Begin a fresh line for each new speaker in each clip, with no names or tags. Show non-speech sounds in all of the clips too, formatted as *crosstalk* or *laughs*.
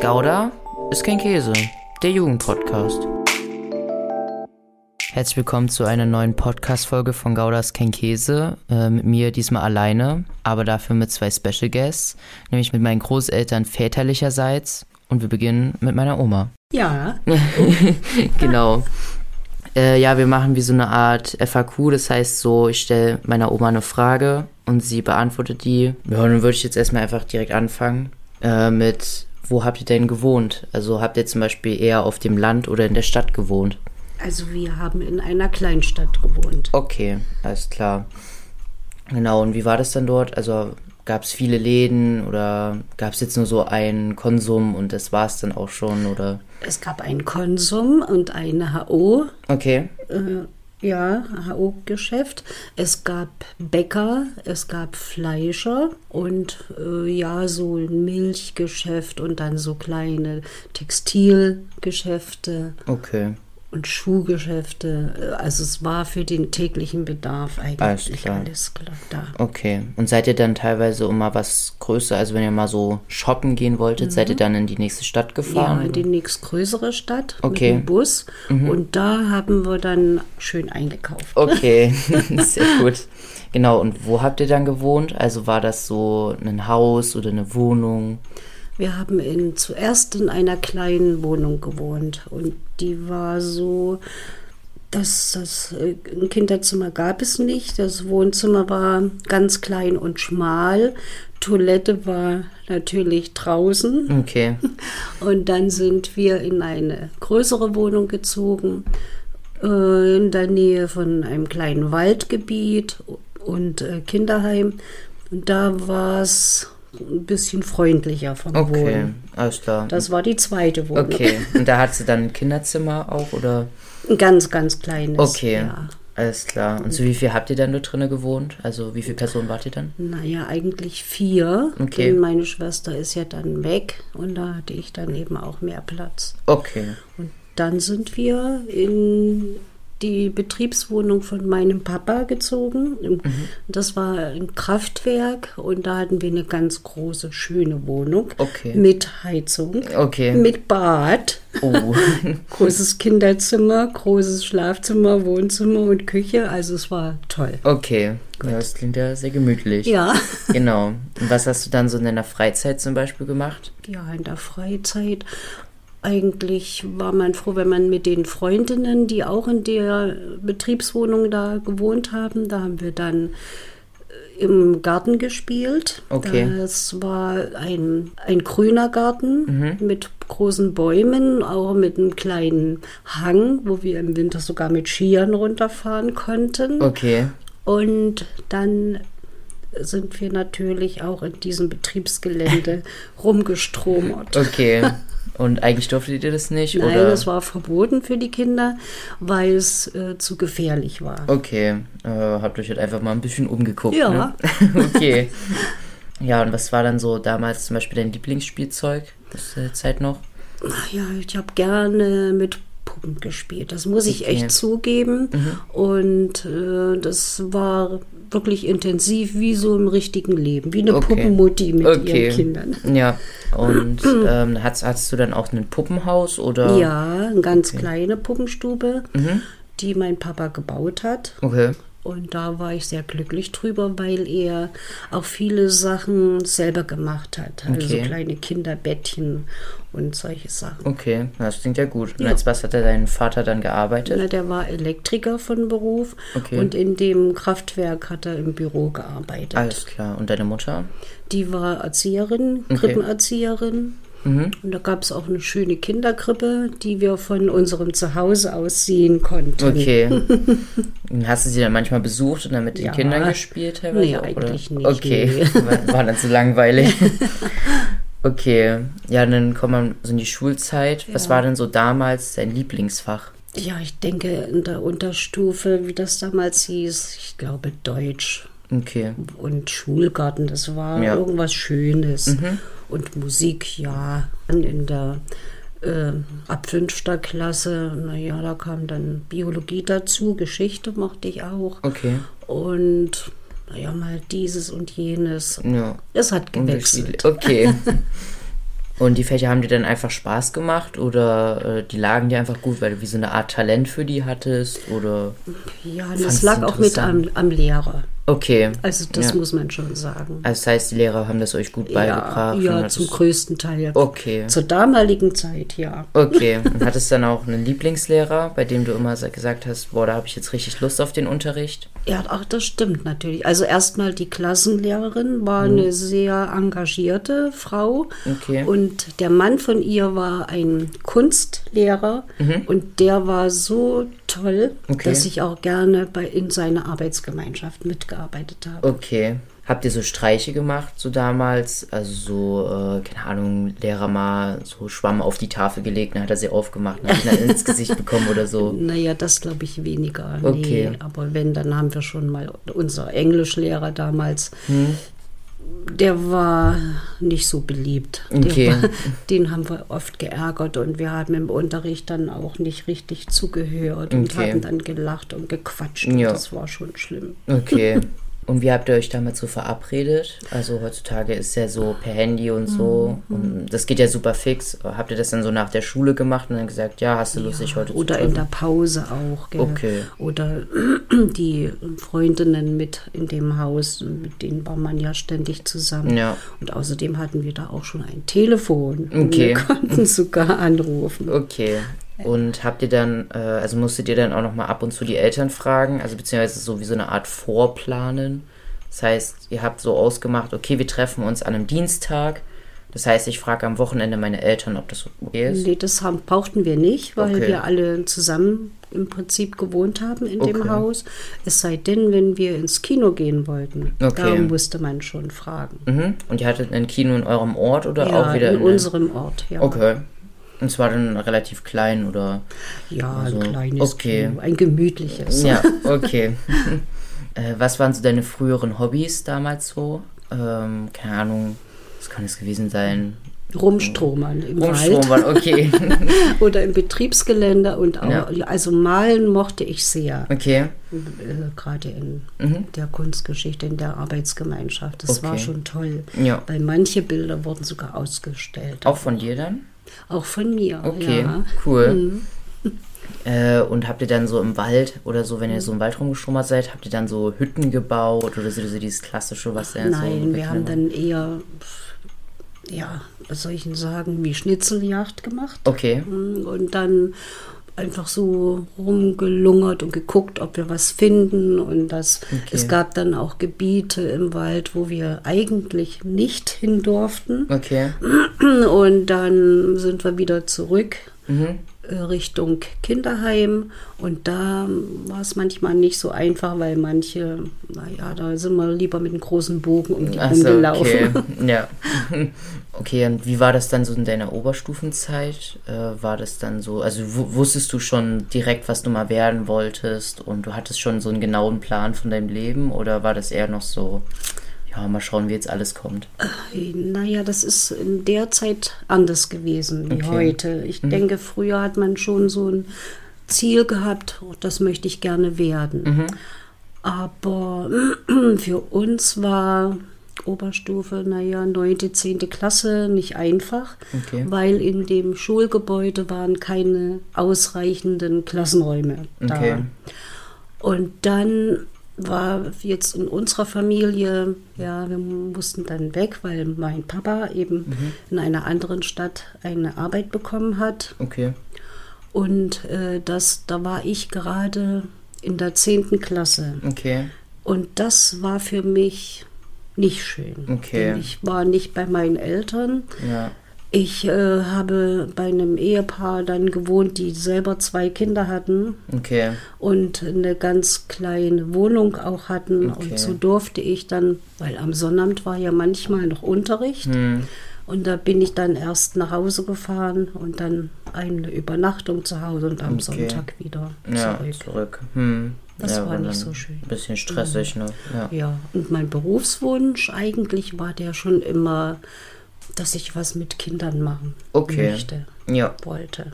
Gouda ist kein Käse, der Jugendpodcast. Herzlich willkommen zu einer neuen Podcast-Folge von Goudas kein Käse. Äh, mit mir diesmal alleine, aber dafür mit zwei Special Guests, nämlich mit meinen Großeltern väterlicherseits und wir beginnen mit meiner Oma.
Ja,
*laughs* genau. Äh, ja, wir machen wie so eine Art FAQ, das heißt so, ich stelle meiner Oma eine Frage und sie beantwortet die. Ja, und dann würde ich jetzt erstmal einfach direkt anfangen äh, mit, wo habt ihr denn gewohnt? Also habt ihr zum Beispiel eher auf dem Land oder in der Stadt gewohnt?
also wir haben in einer Kleinstadt gewohnt.
Okay, alles klar. Genau, und wie war das dann dort? Also gab es viele Läden oder gab es jetzt nur so einen Konsum und das war es dann auch schon oder?
Es gab einen Konsum und ein HO,
Okay,
äh, ja, HO-Geschäft. Es gab Bäcker, es gab Fleischer und äh, ja, so ein Milchgeschäft und dann so kleine Textilgeschäfte
okay.
und Schuhgeschäfte. Also es war für den täglichen Bedarf eigentlich
klar.
alles klar da.
Okay. Und seid ihr dann teilweise um mal was größer, also wenn ihr mal so shoppen gehen wolltet, seid ihr dann in die nächste Stadt
Mhm. Ja, genau.
gefahren?
in die nächstgrößere Stadt
Okay.
mit dem Bus. Und da haben wir dann schön eingekauft. *laughs*
Okay, *laughs* sehr gut. Genau, und wo habt ihr dann gewohnt? Also war das so ein Haus oder eine Wohnung?
Wir haben in, zuerst in einer kleinen Wohnung gewohnt. Und die war so, dass das äh, ein Kinderzimmer gab es nicht. Das Wohnzimmer war ganz klein und schmal. Toilette war natürlich draußen.
Okay,
Und dann sind wir in eine größere Wohnung gezogen, äh, in der Nähe von einem kleinen Waldgebiet und äh, Kinderheim. Und da war es ein bisschen freundlicher vom
okay,
Wohnen.
alles klar.
Das war die zweite Wohnung.
Okay, und da hat sie dann ein Kinderzimmer auch oder?
*laughs* Ein ganz, ganz kleines.
Okay,
Ja.
alles klar. Und zu wie viel habt ihr dann dort drinnen gewohnt? Also wie viele Personen wart ihr dann?
Naja, eigentlich vier.
Okay.
Denn meine Schwester ist ja dann weg und da hatte ich dann eben auch mehr Platz.
Okay,
Und dann sind wir in die Betriebswohnung von meinem Papa gezogen. Im-
Mhm.
Das war ein Kraftwerk und da hatten wir eine ganz große, schöne Wohnung
Okay.
mit Heizung,
okay.
mit Bad,
Oh,
großes Kinderzimmer, großes Schlafzimmer, Wohnzimmer und Küche. Also es war toll.
okay. Ja, das klingt ja sehr gemütlich.
Ja.
Genau. Und was hast du dann so in deiner Freizeit zum Beispiel gemacht?
ja, in der Freizeit. Eigentlich war man froh, wenn man mit den Freundinnen, die auch in der Betriebswohnung da gewohnt haben, da haben wir dann äh, im Garten gespielt.
Okay.
Das war ein, ein grüner Garten mit großen Bäumen, auch mit einem kleinen Hang, wo wir im Winter sogar mit Skiern runterfahren konnten.
Okay.
Und dann sind wir natürlich auch in diesem Betriebsgelände rumgestromert.
Okay. Und eigentlich durftet ihr das nicht?
Nein,
oder?
das war verboten für die Kinder, weil es äh, zu gefährlich war.
Okay. Äh, habt euch halt einfach mal ein bisschen umgeguckt.
Ja.
Ne? *laughs* okay. Ja, und was war dann so damals zum Beispiel dein Lieblingsspielzeug? Bis zur Zeit noch?
Ach ja, ich habe gerne mit Puppen gespielt. Das muss ich
Okay.
echt zugeben.
Mhm.
Und äh, das war wirklich intensiv, wie so im richtigen Leben, wie eine
Okay.
Puppenmutti mit
Okay.
ihren Kindern.
Ja. Und ähm, hast, hast du dann auch ein Puppenhaus oder?
Ja, eine ganz kleine Puppenstube,
Mhm.
die mein Papa gebaut hat.
Okay.
Und da war ich sehr glücklich drüber, weil er auch viele Sachen selber gemacht hat. Also
Okay.
kleine Kinderbettchen und solche Sachen.
Okay. Na, Das klingt ja gut. Und
Ja.
als was hat er dein Vater dann gearbeitet?
Na, Der war Elektriker von Beruf
Okay.
und in dem Kraftwerk hat er im Büro gearbeitet.
Alles klar. Und deine Mutter?
Die war Erzieherin, Krippenerzieherin.
Mhm.
Und da gab es auch eine schöne Kinderkrippe, die wir von unserem Zuhause aus sehen konnten.
Okay.
*laughs*
Und Hast du sie dann manchmal besucht und dann mit den
Ja.
Kindern gespielt? teilweise
Nee,
auch,
eigentlich nicht,
Okay, *laughs* war, war dann zu
*laughs*
langweilig. Okay, ja, dann kommt man so in die Schulzeit. Was war denn so damals dein Lieblingsfach?
Ja, ich denke in der Unterstufe, wie das damals hieß, ich glaube Deutsch
Okay,
und Schulgarten, das war
Ja. Mhm.
irgendwas Schönes. Und Musik, ja. Dann in der äh, ab fünfter Klasse, naja, da kam dann Biologie dazu, Geschichte mochte ich auch.
okay.
Und naja, mal dieses und jenes.
Ja.
Es hat gewechselt. *laughs*
Unterschiedlich. Okay. Und die Fächer haben dir dann einfach Spaß gemacht oder äh, die lagen dir einfach gut, weil du wie so eine Art Talent für die hattest oder
Ja,
Fand's
das lag auch mit am,
interessant.
am Lehrer.
okay.
Also das
Ja.
muss man schon sagen.
Also das heißt, die Lehrer haben das euch gut
Ja,
beigebracht. und
ja
hat
zum
es-
größten Teil.
Okay.
Zur damaligen Zeit, ja.
Okay. Und hattest dann auch einen Lieblingslehrer, bei dem du immer sa- gesagt hast, boah, da habe ich jetzt richtig Lust auf den Unterricht.
Ja, auch das stimmt natürlich. Also erstmal die Klassenlehrerin war eine sehr engagierte Frau
Mhm. Okay.
und der Mann von ihr war ein Kunstlehrer und der war so toll,
Mhm. Okay.
dass ich auch gerne bei, in seiner Arbeitsgemeinschaft mitgearbeitet habe.
Okay. Habt ihr so Streiche gemacht, so damals? Also so, äh, keine Ahnung, Lehrer mal so Schwamm auf die Tafel gelegt, dann hat er sie aufgemacht, dann hat er ins Gesicht bekommen oder so.
Naja, das glaube ich weniger. Nee,
Hm. Okay.
aber wenn, dann haben wir schon mal unser Englischlehrer damals.
Hm.
Der war nicht so beliebt.
Okay.
Der war, *laughs* den haben wir oft geärgert und wir haben im Unterricht dann auch nicht richtig zugehört und
Okay.
haben dann gelacht und gequatscht. Und
Ja.
Das war schon schlimm.
Okay. Und wie habt ihr euch damals so verabredet? Also heutzutage ist ja so per Handy und so.
Mhm.
Und das geht ja super fix. Habt ihr das dann so nach der Schule gemacht und dann gesagt, ja, hast du Lust, dich heute zu
Oder
treffen?
in der Pause auch. Gell?
Also- Okay.
Oder *clears throat* die Freundinnen mit in dem Haus, mit denen war man ja ständig zusammen.
Ja.
Und außerdem hatten wir da auch schon ein Telefon. Und
Okay.
Wir *laughs* konnten sogar anrufen.
Okay. Und habt ihr dann, äh, also musstet ihr dann auch nochmal ab und zu die Eltern fragen, also beziehungsweise so wie so eine Art Vorplanen. Das heißt, ihr habt so ausgemacht, okay, wir treffen uns an einem Dienstag. Das heißt, ich frage am Wochenende meine Eltern, ob das okay ist.
Nee, das haben, brauchten wir nicht, weil
Okay.
wir alle zusammen im Prinzip gewohnt haben in
Okay.
dem Haus. Es sei denn, wenn wir ins Kino gehen wollten, da
Okay.
musste man schon fragen.
Mhm. Und ihr hattet ein Kino in eurem Ort oder auch wieder
in,
in
unserem Ort, ja.
Okay. Und zwar dann relativ klein oder.
Ja,
Also,
ein kleines
okay.
Kino, ein gemütliches. *laughs*
Ja, okay. äh, was waren so deine früheren Hobbys damals so? Ähm, keine Ahnung, was kann es gewesen sein?
Rumstromern im Wald.
Umstrom waren, okay.
*laughs* Oder im Betriebsgelände und auch,
Ja.
also malen mochte ich sehr,
Okay. Mhm.
äh, gerade in der Kunstgeschichte, in der Arbeitsgemeinschaft. Das war
Okay.
schon toll,
Ja.
weil manche Bilder wurden sogar ausgestellt,
Auch von dir dann?
auch von mir.
Okay,
Ja. Mhm.
cool. Äh, und habt ihr dann so im Wald oder so, wenn ihr so im Wald rumgeschlummert seid, habt ihr dann so Hütten gebaut oder so, so dieses klassische, was ja so.
Nein, wir haben
bekannt-
dann eher, ja, was soll ich denn sagen, wie Schnitzeljagd gemacht
Okay,
und dann einfach so rumgelungert und geguckt, ob wir was finden und das es gab dann auch Gebiete im Wald, wo wir eigentlich nicht hin durften
okay.
und dann sind wir wieder zurück
Mhm.
äh, Richtung Kinderheim und da war es manchmal nicht so einfach, weil manche, naja, da sind wir lieber mit einem großen Bogen um die
Ach so,
rumgelaufen.
okay. *laughs* Ja. Okay, und wie war das dann so in deiner Oberstufenzeit? Äh, war das dann so, also wu- wusstest du schon direkt, was du mal werden wolltest und du hattest schon so einen genauen Plan von deinem Leben oder war das eher noch so, ja, mal schauen, wie jetzt alles kommt?
Naja, das ist in der Zeit anders gewesen wie
Okay. Mhm.
heute. Ich denke, früher hat man schon so ein Ziel gehabt, oh, das möchte ich gerne werden.
Mhm.
Aber *clears throat* für uns war Oberstufe, naja, 9., 10. Klasse nicht einfach,
Okay.
weil in dem Schulgebäude waren keine ausreichenden Klassenräume da.
Okay.
Und dann war jetzt in unserer Familie, ja, wir mussten dann weg, weil mein Papa eben
Mhm.
in einer anderen Stadt eine Arbeit bekommen hat.
Okay.
Und äh, das, da war ich gerade in der 10. Klasse.
Okay.
Und das war für mich nicht schön.
Okay.
Denn ich war nicht bei meinen Eltern.
Ja.
Ich äh, habe bei einem Ehepaar dann gewohnt, die selber zwei Kinder hatten
Okay.
und eine ganz kleine Wohnung auch hatten.
Okay.
Und so durfte ich dann, weil am Sonnabend war ja manchmal noch Unterricht.
Hm.
Und da bin ich dann erst nach Hause gefahren und dann eine Übernachtung zu Hause und am Sonntag wieder
Ja,
zurück.
zurück. Hm.
Das
ja,
war nicht
dann
so schön.
Ein bisschen stressig, ne? Ja.
Ja, und mein Berufswunsch eigentlich war der schon immer, dass ich was mit Kindern machen
Okay.
möchte,
Ja.
wollte.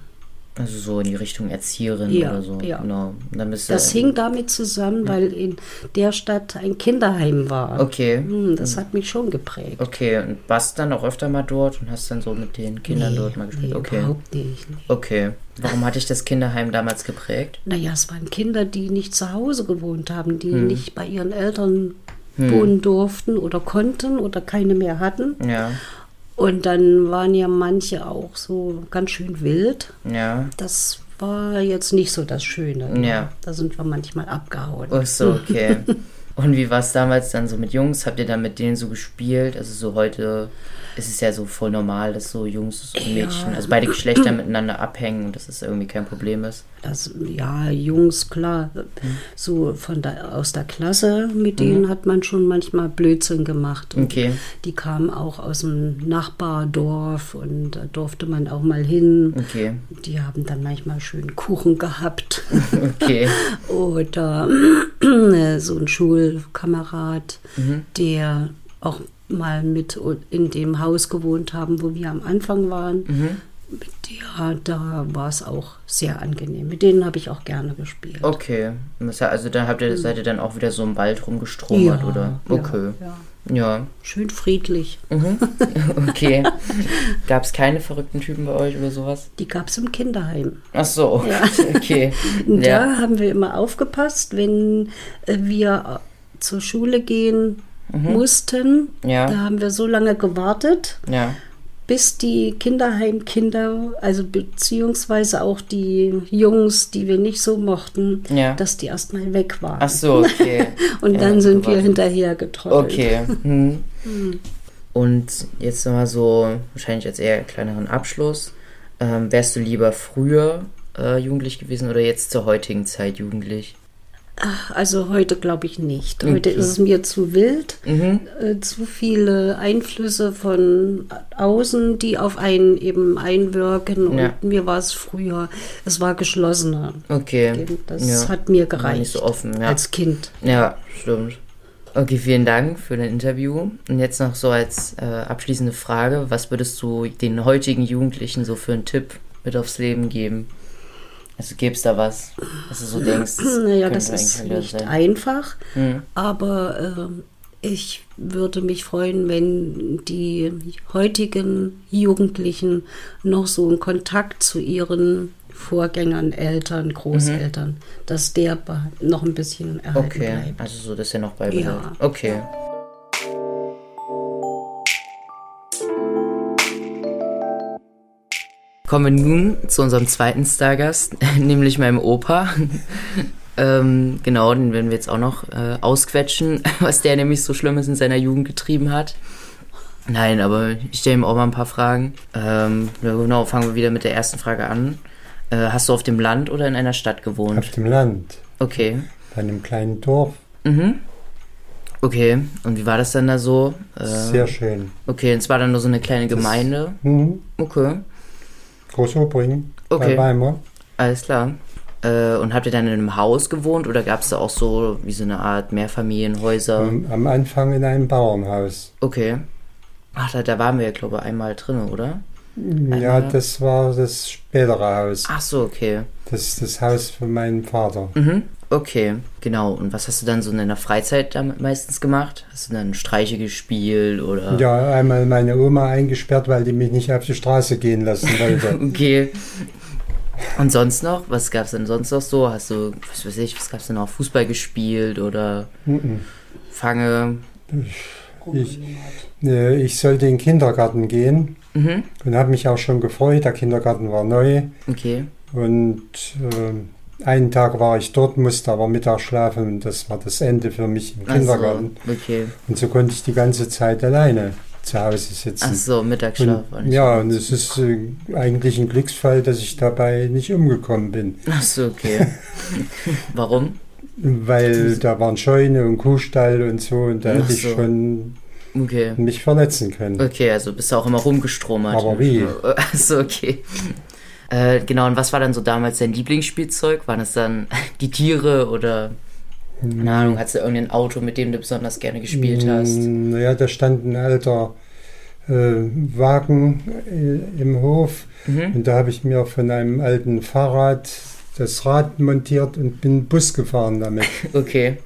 Also so in die Richtung Erzieherin
Ja,
oder so.
ja.
Genau. Und Dann bist du-
Das hing damit zusammen, weil in der Stadt ein Kinderheim war.
Okay.
Hm, das hat mich schon geprägt.
Okay, und warst dann auch öfter mal dort und hast dann so mit den Kindern
Nee,
dort mal gespielt?
nee,
okay.
überhaupt nicht.
Okay. Warum hatte ich das Kinderheim damals geprägt?
Naja, es waren Kinder, die nicht zu Hause gewohnt haben, die
Hm.
nicht bei ihren Eltern wohnen durften oder konnten oder keine mehr hatten.
Ja.
Und dann waren ja manche auch so ganz schön wild.
Ja.
Das war jetzt nicht so das Schöne.
Ja.
Da sind wir manchmal abgehauen.
Ach
*laughs*
so, okay. Und wie war es damals dann so mit Jungs? Habt ihr dann mit denen so gespielt? Also so heute ist es ja so voll normal, dass so Jungs und Mädchen, also beide Geschlechter miteinander abhängen und dass es irgendwie kein Problem ist.
Das, ja, Jungs, klar,
Hm.
so von der, aus der Klasse, mit denen hat man schon manchmal Blödsinn gemacht. Und
Okay.
Die kamen auch aus dem Nachbardorf und da durfte man auch mal hin.
Okay.
Die haben dann manchmal schön Kuchen gehabt *laughs*
Okay.
oder *clears throat* äh, so ein Schulkamerad, der auch mal mit u- in dem Haus gewohnt haben, wo wir am Anfang waren. Mit der, da war es auch sehr angenehm. Mit denen habe ich auch gerne gespielt.
Okay. Und das- Also dann habt ihr, seid ihr dann auch wieder so im Wald rumgestromert, oder? Okay.
Ja, ja.
Ja.
Schön friedlich.
Okay. Gab es keine verrückten Typen bei euch oder sowas?
Die gab es im Kinderheim.
Ach so. *laughs* Okay. Ja.
Da haben wir immer aufgepasst, wenn äh, wir äh, zur Schule gehen mussten.
Mhm. Ja.
Da haben wir so lange gewartet,
Ja.
bis die Kinderheimkinder, also beziehungsweise auch die Jungs, die wir nicht so mochten,
Ja.
dass die erstmal weg waren.
Ach so, okay.
Und
Ja,
dann sind wir
gewartet.
hinterher getroffen.
Okay. Hm. Und jetzt nochmal so, wahrscheinlich als eher kleineren Abschluss. Ähm, wärst du lieber früher äh, jugendlich gewesen oder jetzt zur heutigen Zeit jugendlich?
Also heute glaube ich nicht. Heute
Okay.
ist es mir zu wild,
Mhm.
äh, zu viele Einflüsse von außen, die auf einen eben einwirken. Und
Ja.
mir war es früher, es war geschlossener.
Okay.
Eben, Das
ja.
hat mir Also
War
gereicht
Nicht so offen, ja.
als Kind.
Ja, stimmt. Okay, vielen Dank für dein Interview. Und jetzt noch so als äh, abschließende Frage, was würdest du den heutigen Jugendlichen so für einen Tipp mit aufs Leben geben? Also gäb's da was, was
*clears throat*
du so denkst?
Naja,
könnte
das
eigentlich
ist
wieder
nicht
sein?
einfach,
Mhm.
aber ähm, ich würde mich freuen, wenn die heutigen Jugendlichen noch so einen Kontakt zu ihren Vorgängern, Eltern, Großeltern, dass der be- noch ein bisschen erhalten
Mhm. Okay,
bleibt.
also so, dass er noch beibehält.
Ja.
Okay. Kommen wir nun zu unserem zweiten Stargast, *laughs* nämlich meinem *laughs* Opa. ähm, genau, den werden wir jetzt auch noch äh, ausquetschen, *laughs* was der nämlich so Schlimmes in seiner Jugend getrieben hat. Nein, aber ich stelle ihm auch mal ein paar Fragen. Ähm, ja, genau, fangen wir wieder mit der ersten Frage an. Äh, hast du auf dem Land oder in einer Stadt
Auf
gewohnt?
dem Land,
Okay.
bei einem kleinen Dorf.
Mhm. Okay, und wie war das dann da so? Äh,
Sehr schön.
okay, und es war dann nur so eine kleine Gemeinde.
Mhm.
Okay,
Großobring
Okay.
bei Weimar.
alles klar. Äh, und habt ihr dann in einem Haus gewohnt oder gab es da auch so wie so eine Art Mehrfamilienhäuser?
Am- Am Anfang in einem Bauernhaus.
Okay. Ach, da, da waren wir ja, glaube ich, einmal drin, oder?
Ja,
Einmal-
das war das spätere Haus.
Ach so, okay.
Das ist das Haus von meinem Vater.
Mhm. Okay, genau. Und was hast du dann so in deiner Freizeit damit meistens gemacht? Hast du dann Streiche gespielt oder?
Ja, einmal meine Oma eingesperrt, weil die mich nicht auf die Straße gehen
*laughs*
lassen wollte.
Okay. Und sonst noch? Was gab's denn sonst noch so? Hast du, was weiß ich, was gab's denn noch? Fußball gespielt oder
Mhm.
Fange?
Ich, äh, ich sollte in den Kindergarten gehen
Mhm.
und habe mich auch schon gefreut. Der Kindergarten war neu
Okay.
und äh, einen Tag war ich dort, musste aber Mittag schlafen und das war das Ende für mich im Kindergarten.
Ach so, Also, okay.
Und so konnte ich die ganze Zeit alleine zu Hause sitzen.
Ach so, Mittagsschlaf. war
und,
nicht
ja,
so.
und es ist äh, eigentlich ein Glücksfall, dass ich dabei nicht umgekommen bin,
Ach so, okay. Warum?
weil da waren Scheune und Kuhstall und so und da
Ach
hätte ich
so.
schon
Okay.
mich verletzen können.
Okay, also bist du auch immer rumgestromert.
Aber wie?
*laughs* Ach so, okay. Äh, genau, und was war dann so damals dein Lieblingsspielzeug? Waren es dann die Tiere oder, keine Ahnung, hast du irgendein Auto, mit dem du besonders gerne gespielt hast?
Mm, Naja, da stand ein alter äh, Wagen äh, im Hof.
Mhm.
Und da habe ich mir von einem alten Fahrrad das Rad montiert und bin Bus gefahren damit.
Okay.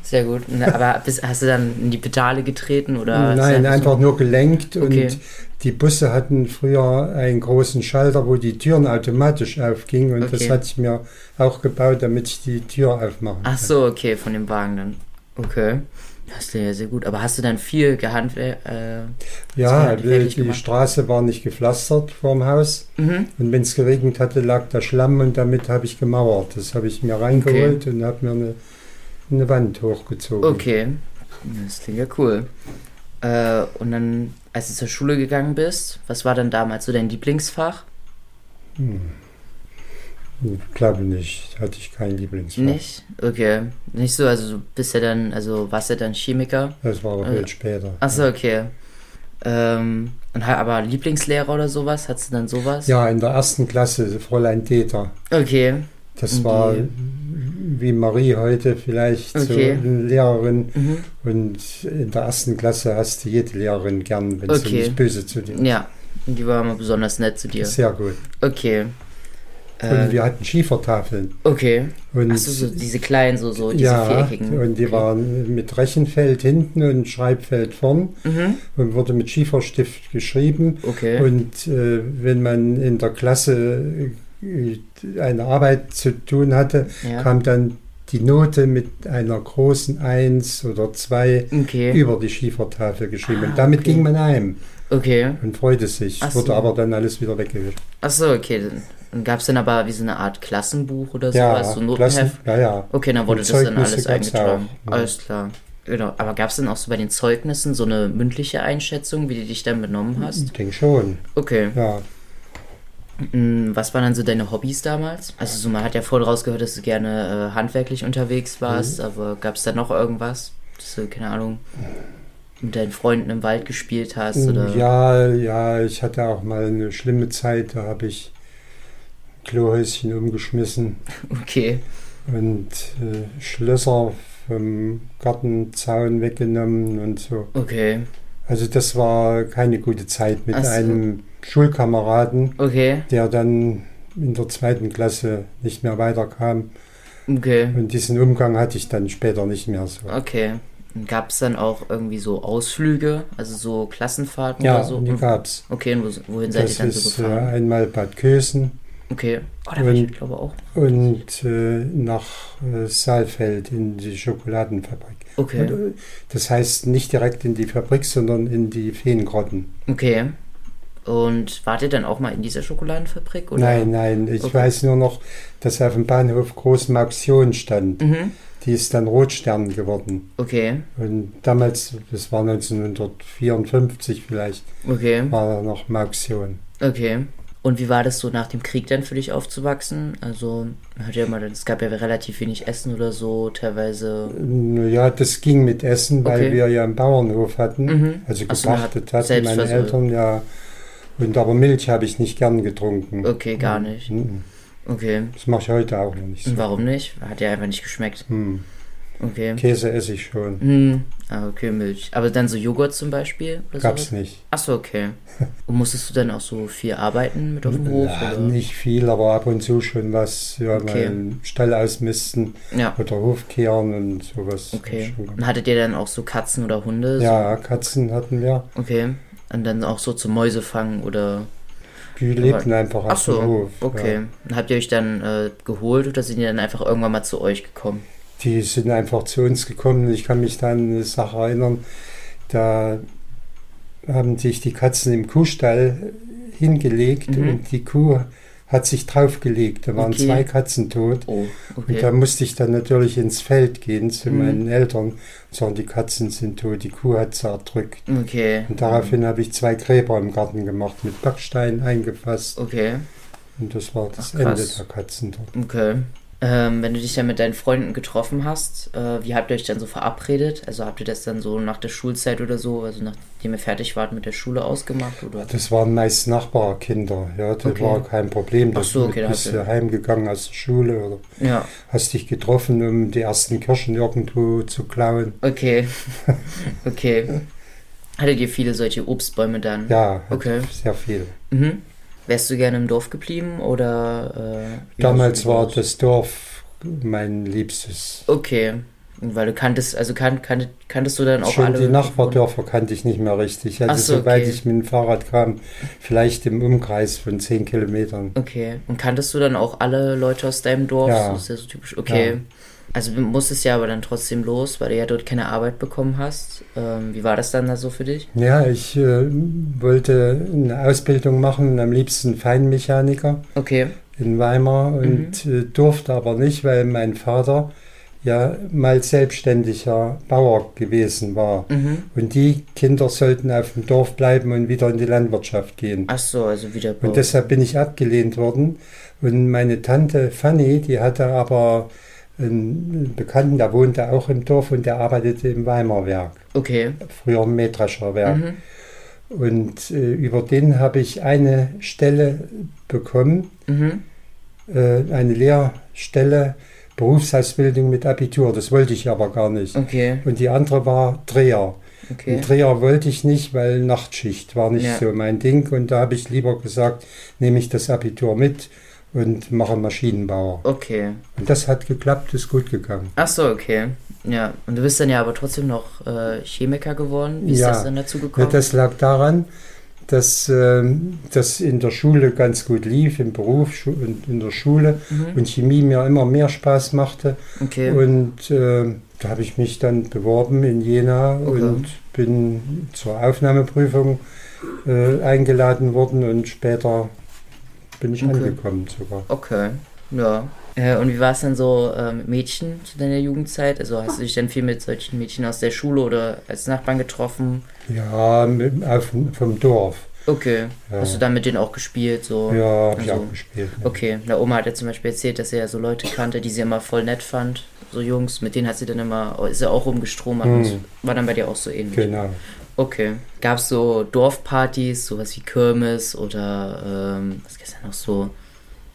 Sehr gut. Na, aber bist, hast du dann in die Pedale getreten oder? hast du
Nein, einfach nur gelenkt
Ah, Okay.
und die Busse hatten früher einen großen Schalter, wo die Türen automatisch aufgingen und das
Okay.
hatte ich mir auch gebaut, damit ich die Tür aufmachen
Ach so, okay, von dem Wagen dann. Okay. Das ist ja sehr gut. Aber hast du dann viel gehand... Äh,
kann.
das
Ja,
hat die
die,
fertig
die
gemacht.
Straße war nicht gepflastert vorm Haus
mhm.
und wenn es geregnet hatte, lag da Schlamm und damit habe ich gemauert. Das habe ich mir reingeholt und habe mir eine, eine Wand hochgezogen.
Okay. Das klingt ja cool. Äh, und dann, als du zur Schule gegangen bist, was war dann damals so dein Lieblingsfach?
Hm. Ich glaube nicht, hatte ich kein Lieblingsfach.
Nicht? Okay. Nicht so, also du bist ja dann, also warst ja dann Chemiker.
Das war aber
Ja.
viel später.
Achso, okay. Ähm, und ha- aber Lieblingslehrer oder sowas? Hattest du dann sowas?
Ja, in der ersten Klasse, Fräulein Deter.
Okay.
Das
Und
war
die-
wie Marie heute vielleicht
Okay.
so eine Lehrerin.
Mhm.
Und in der ersten Klasse hast du jede Lehrerin gern, wenn sie
Okay.
nicht böse zu dir ist.
Ja. Die war immer besonders nett zu dir.
Sehr gut.
Okay.
Und
Äh,
wir hatten Schiefertafeln.
okay.
Und
Achso, so diese kleinen, so, so diese
ja,
viereckigen.
und die
okay.
waren mit Rechenfeld hinten und Schreibfeld vorn
Mhm.
und wurde mit Schieferstift geschrieben.
Okay.
Und äh, wenn man in der Klasse äh, eine Arbeit zu tun hatte,
ja.
kam dann die Note mit einer großen Eins oder zwei
Okay.
über die Schiefertafel geschrieben.
Ah,
und damit
okay.
ging man heim
Okay.
und freute sich.
Ach
Wurde
so.
aber dann alles wieder weggewischt.
Achso, okay. dann- Dann gab es dann aber wie so eine Art Klassenbuch oder
Ja,
sowas, so
Klassen,
Notenheft.
ja, ja.
Okay, dann wurde
Und
das dann
Zeugnisse
alles
gab's
eingetragen.
auch, ja.
Alles klar. Genau. Aber gab es dann auch so bei den Zeugnissen so eine mündliche Einschätzung, wie du dich dann benommen hast?
Ich denke schon.
Okay.
Ja.
Mm, Was waren dann so deine Hobbys damals? Also so, man hat ja vorher rausgehört, dass du gerne äh, handwerklich unterwegs warst,
Mhm.
aber gab es da noch irgendwas? Dass du, keine Ahnung, mit deinen Freunden im Wald gespielt hast oder...
Oh, ja, ja, ich hatte auch mal eine schlimme Zeit, da habe ich Klohäuschen umgeschmissen
Okay.
und äh, Schlösser vom Gartenzaun weggenommen und so.
Okay.
Also das war keine gute Zeit mit
Ach so.
einem Schulkameraden,
Okay.
der dann in der zweiten Klasse nicht mehr weiterkam.
Okay.
Und diesen Umgang hatte ich dann später nicht mehr so.
Okay. Gab es dann auch irgendwie so Ausflüge, also so Klassenfahrten
Ja,
oder so?
die gab's.
Okay, und wo- wohin seid
Das
ihr dann so
ist äh,
gefahren?
einmal Bad Kösen
Okay. Oh, da war ich,
und-
glaube auch.
und äh, nach äh, Saalfeld in die Schokoladenfabrik.
Okay.
Und, äh, das heißt nicht direkt in die Fabrik, sondern in die Feengrotten.
Okay. Und wart ihr dann auch mal in dieser Schokoladenfabrik? Oder?
Nein, nein, ich
Okay.
weiß nur noch, dass auf dem Bahnhof Großen Auktion stand.
Mhm.
Die ist dann Rotstern geworden.
Okay.
Und damals, das war 1954 vielleicht,
Okay.
war da noch Maxion.
Okay. Und wie war das so nach dem Krieg dann für dich aufzuwachsen? Also, man hört ja immer, es gab ja relativ wenig Essen oder so, teilweise.
Ja, das ging mit Essen, weil
Okay.
wir ja einen Bauernhof hatten.
Mhm.
Also
Ach so, man hat
gepachtet hatten
selbst
meine
versorgt.
Eltern, ja. Und aber Milch habe ich nicht gern getrunken.
Okay, gar nicht.
Mhm.
Okay.
Das mache ich heute auch noch nicht
Und
so.
warum nicht? Hat ja einfach nicht geschmeckt.
Hm.
Okay.
Käse esse ich schon.
Hm. Ah, okay, Milch. Aber dann so Joghurt zum Beispiel? Oder
Gab's
sowas?
nicht.
Achso,
*laughs*
okay. Und musstest du dann auch so viel arbeiten mit auf dem Hof?
Ja,
oder?
nicht viel, aber ab und zu schon was. Ja, mal
Okay.
einen Stall ausmisten
Ja.
oder Hof kehren und sowas.
Okay.
Schon
Und
gemacht.
hattet ihr dann auch so Katzen oder Hunde? So-
Ja, Katzen hatten wir.
Okay. Und dann auch so zum Mäusefangen oder.
Die lebten einfach auf dem
Achso,
Hof. Ja.
okay. Und habt ihr euch dann äh, geholt oder sind die dann einfach irgendwann mal zu euch gekommen?
Die sind einfach zu uns gekommen. Ich kann mich da an eine Sache erinnern. Da haben sich die Katzen im Kuhstall hingelegt
Mhm.
und die Kuh hat sich draufgelegt. Da waren
Okay.
zwei Katzen tot.
Oh,
Und da
okay.
musste ich dann natürlich ins Feld gehen zu
Mhm.
meinen Eltern und sagen, die Katzen sind tot, die Kuh hat sie erdrückt.
Okay.
Und daraufhin habe ich zwei Gräber im Garten gemacht, mit Backstein eingefasst.
Okay,
Und das war das
Ach,
Ende
krass.
der Katzen dort.
okay. Ähm, wenn du dich dann mit deinen Freunden getroffen hast, äh, wie habt ihr euch dann so verabredet? Also habt ihr das dann so nach der Schulzeit oder so, also nachdem ihr fertig wart mit der Schule ausgemacht oder?
Das waren meist Nachbarkinder, ja, das
Okay.
war kein Problem.
Ach so, okay,
du
da
bist
hast du-
du heimgegangen aus der Schule oder
Ja,
hast dich getroffen, um die ersten Kirschen irgendwo zu klauen.
*laughs* okay. okay. Hattet ihr viele solche Obstbäume dann?
Ja,
Okay.
sehr viel.
Mhm. Wärst du gerne im Dorf geblieben oder? Äh, wie hast
Damals
du
war
gebaut?
das Dorf mein Liebstes.
Okay. Und Weil du kanntest, also kan kan kanntest du dann auch
Schon
alle.
die Nachbardörfer kannte ich nicht mehr richtig. Also
Ach so,
soweit
okay.
ich mit dem Fahrrad kam, vielleicht im Umkreis von 10 Kilometern.
Okay. Und kanntest du dann auch alle Leute aus deinem Dorf?
Ja.
Das ist ja so typisch. Okay.
Ja.
Also du musstest ja aber dann trotzdem los, weil du ja dort keine Arbeit bekommen hast. Ähm, wie war das dann da so für dich?
Ja, ich äh, wollte eine Ausbildung machen, am liebsten Feinmechaniker
Okay.
in Weimar und äh, durfte aber nicht, weil mein Vater ja mal selbstständiger Bauer gewesen war.
Mhm.
Und die Kinder sollten auf dem Dorf bleiben und wieder in die Landwirtschaft gehen.
Ach so, also wieder.
Und deshalb bin ich abgelehnt worden. Und meine Tante Fanny, die hatte aber einen Bekannten, der wohnte auch im Dorf und der arbeitete im Weimarwerk,
Okay.
früher im Mähdrescher Werk.
Mhm.
Und äh, über den habe ich eine Stelle bekommen,
Mhm.
äh, eine Lehrstelle Berufsausbildung mit Abitur. Das wollte ich aber gar nicht.
Okay.
Und die andere war Dreher.
Okay.
Und Dreher wollte ich nicht, weil Nachtschicht war nicht
Ja.
so mein Ding. Und da habe ich lieber gesagt, nehme ich das Abitur mit und mache Maschinenbauer.
Okay.
Und das hat geklappt, ist gut gegangen.
Ach so, okay. Ja, und du bist dann ja aber trotzdem noch äh, Chemiker geworden. Wie ist
Ja.
das dann dazu
Ja,
gekommen?
das lag daran, dass ähm, das in der Schule ganz gut lief, im Beruf Schu- und in der Schule
mhm.
und Chemie mir immer mehr Spaß machte.
Okay.
Und ähm, da habe ich mich dann beworben in Jena
Okay.
und bin zur Aufnahmeprüfung äh, eingeladen worden und später bin ich
Okay.
angekommen sogar.
okay. Ja. Äh, und wie war es denn so äh, mit Mädchen zu deiner Jugendzeit? Also hast du dich dann viel mit solchen Mädchen aus der Schule oder als Nachbarn getroffen?
Ja, mit, auf, vom Dorf.
Okay.
Ja,
Hast du dann mit denen auch gespielt? So?
ja habe ich
also-
auch gespielt.
Okay. Na, Oma hat ja zum Beispiel erzählt, dass sie ja so Leute kannte, die sie immer voll nett fand. So Jungs, mit denen hat sie dann immer, oh, ist sie auch rumgestromert.
Hm.
und so. War dann bei dir auch so ähnlich.
Genau.
Okay. Gab es so Dorfpartys, sowas wie Kirmes oder ähm, was gibt's da noch so?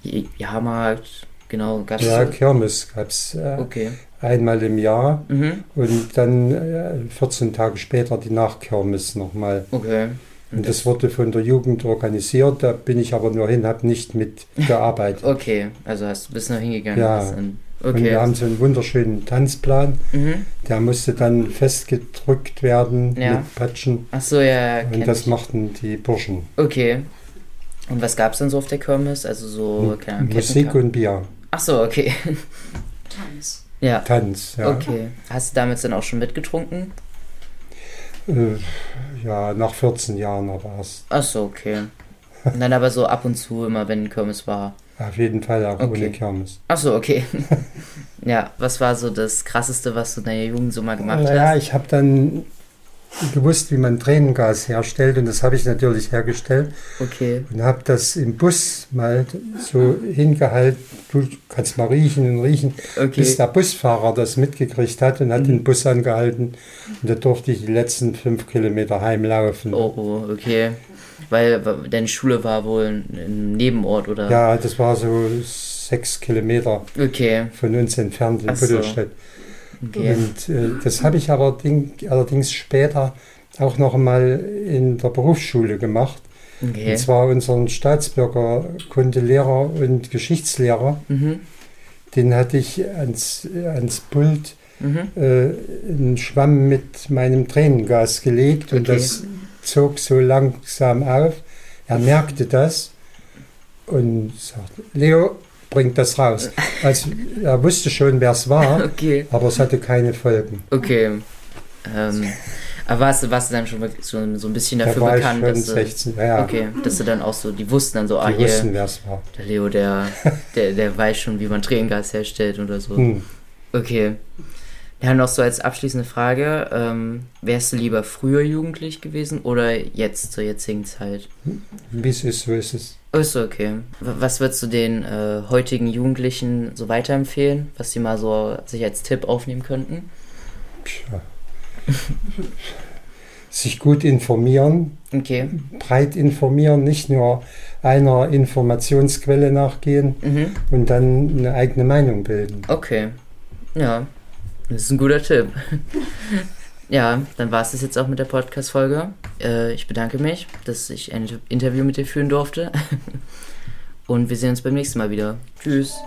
J- Jahrmarkt, genau, gab's
Ja,
so.
Kirmes gab es äh,
Okay.
einmal im Jahr
Mhm.
und dann äh, 14 Tage später die Nachkirmes nochmal.
Okay.
Und das wurde von der Jugend organisiert, da bin ich aber nur hin, habe nicht mitgearbeitet.
Okay, also hast du bist noch hingegangen.
Ja.
hast dann-
Und wir
Okay.
haben so einen wunderschönen Tanzplan.
Mhm.
Der musste dann festgedrückt werden
Ja.
mit Patschen.
Ach so, ja, kenn
und das
ich.
machten die Burschen.
Okay. Und was gab's dann so auf der Kirmes? Also so, keine Ahnung,
Hm, Musik
Kettenka-
und Bier.
Ach so, okay. *laughs*
Tanz.
Ja.
Tanz, ja.
Okay. Hast du damals dann auch schon mitgetrunken?
Äh, ja, nach 14 Jahren aber erst.
Ach so, okay. Und dann aber so ab und zu immer, wenn Kirmes war.
Auf jeden Fall auch
Okay.
ohne Kirmes.
Ach so, okay. *laughs* ja, was war so das Krasseste, was du in deiner Jugend so mal gemacht
Naja,
hast?
ich habe dann gewusst, wie man Tränengas herstellt und das habe ich natürlich hergestellt
Okay.
und habe das im Bus mal so hingehalten. Du kannst mal riechen und riechen. bis
Okay.
der Busfahrer das mitgekriegt hat und hat
Mhm.
den Bus angehalten. Und da durfte ich die letzten fünf Kilometer heimlaufen.
Oh, oh, okay. Weil weil deine Schule war wohl im Nebenort, oder?
Ja, das war so sechs Kilometer
Okay,
von uns entfernt in
Ach so.
Büttelstedt.
okay.
Und äh, das habe ich aber ding, allerdings später auch noch mal in der Berufsschule gemacht. Und
Okay.
zwar unseren Staatsbürgerkundelehrer und Geschichtslehrer.
Mhm.
Den hatte ich ans, ans Pult
Mhm.
äh, einen Schwamm mit meinem Tränengas gelegt und
Okay.
das zog so langsam auf. Er merkte das und sagte, Leo, bring das raus. Also er wusste schon, wer es
*laughs*
war,
Okay.
aber es hatte keine Folgen.
Okay. Ähm, aber warst du, warst du dann schon wirklich so, so ein bisschen
Da
dafür
war ich
bekannt,
schon
dass du,
16. Ja, ja,
okay, dass du dann auch so, die wussten dann so, ah
die
hier,
wussten, wer es war.
der Leo,
*laughs*
der, der, der weiß schon, wie man Tränengas herstellt oder so.
Hm.
Okay. Ja, noch so als abschließende Frage. Ähm, wärst du lieber früher jugendlich gewesen oder jetzt zur jetzigen Zeit?
Wie es ist, so ist es.
Ist okay. W- Was würdest du den äh, heutigen Jugendlichen so weiterempfehlen, was sie mal so sich als Tipp aufnehmen könnten?
Tja. Sich gut informieren,
Okay.
breit informieren, nicht nur einer Informationsquelle nachgehen.
Mhm.
und dann eine eigene Meinung bilden.
Okay. Ja. Das ist ein guter Tipp. *laughs* Ja, dann war es das jetzt auch mit der Podcast-Folge. Äh, ich bedanke mich, dass *laughs* ich ein Interview mit dir führen durfte. Und wir sehen uns beim nächsten Mal wieder. Tschüss.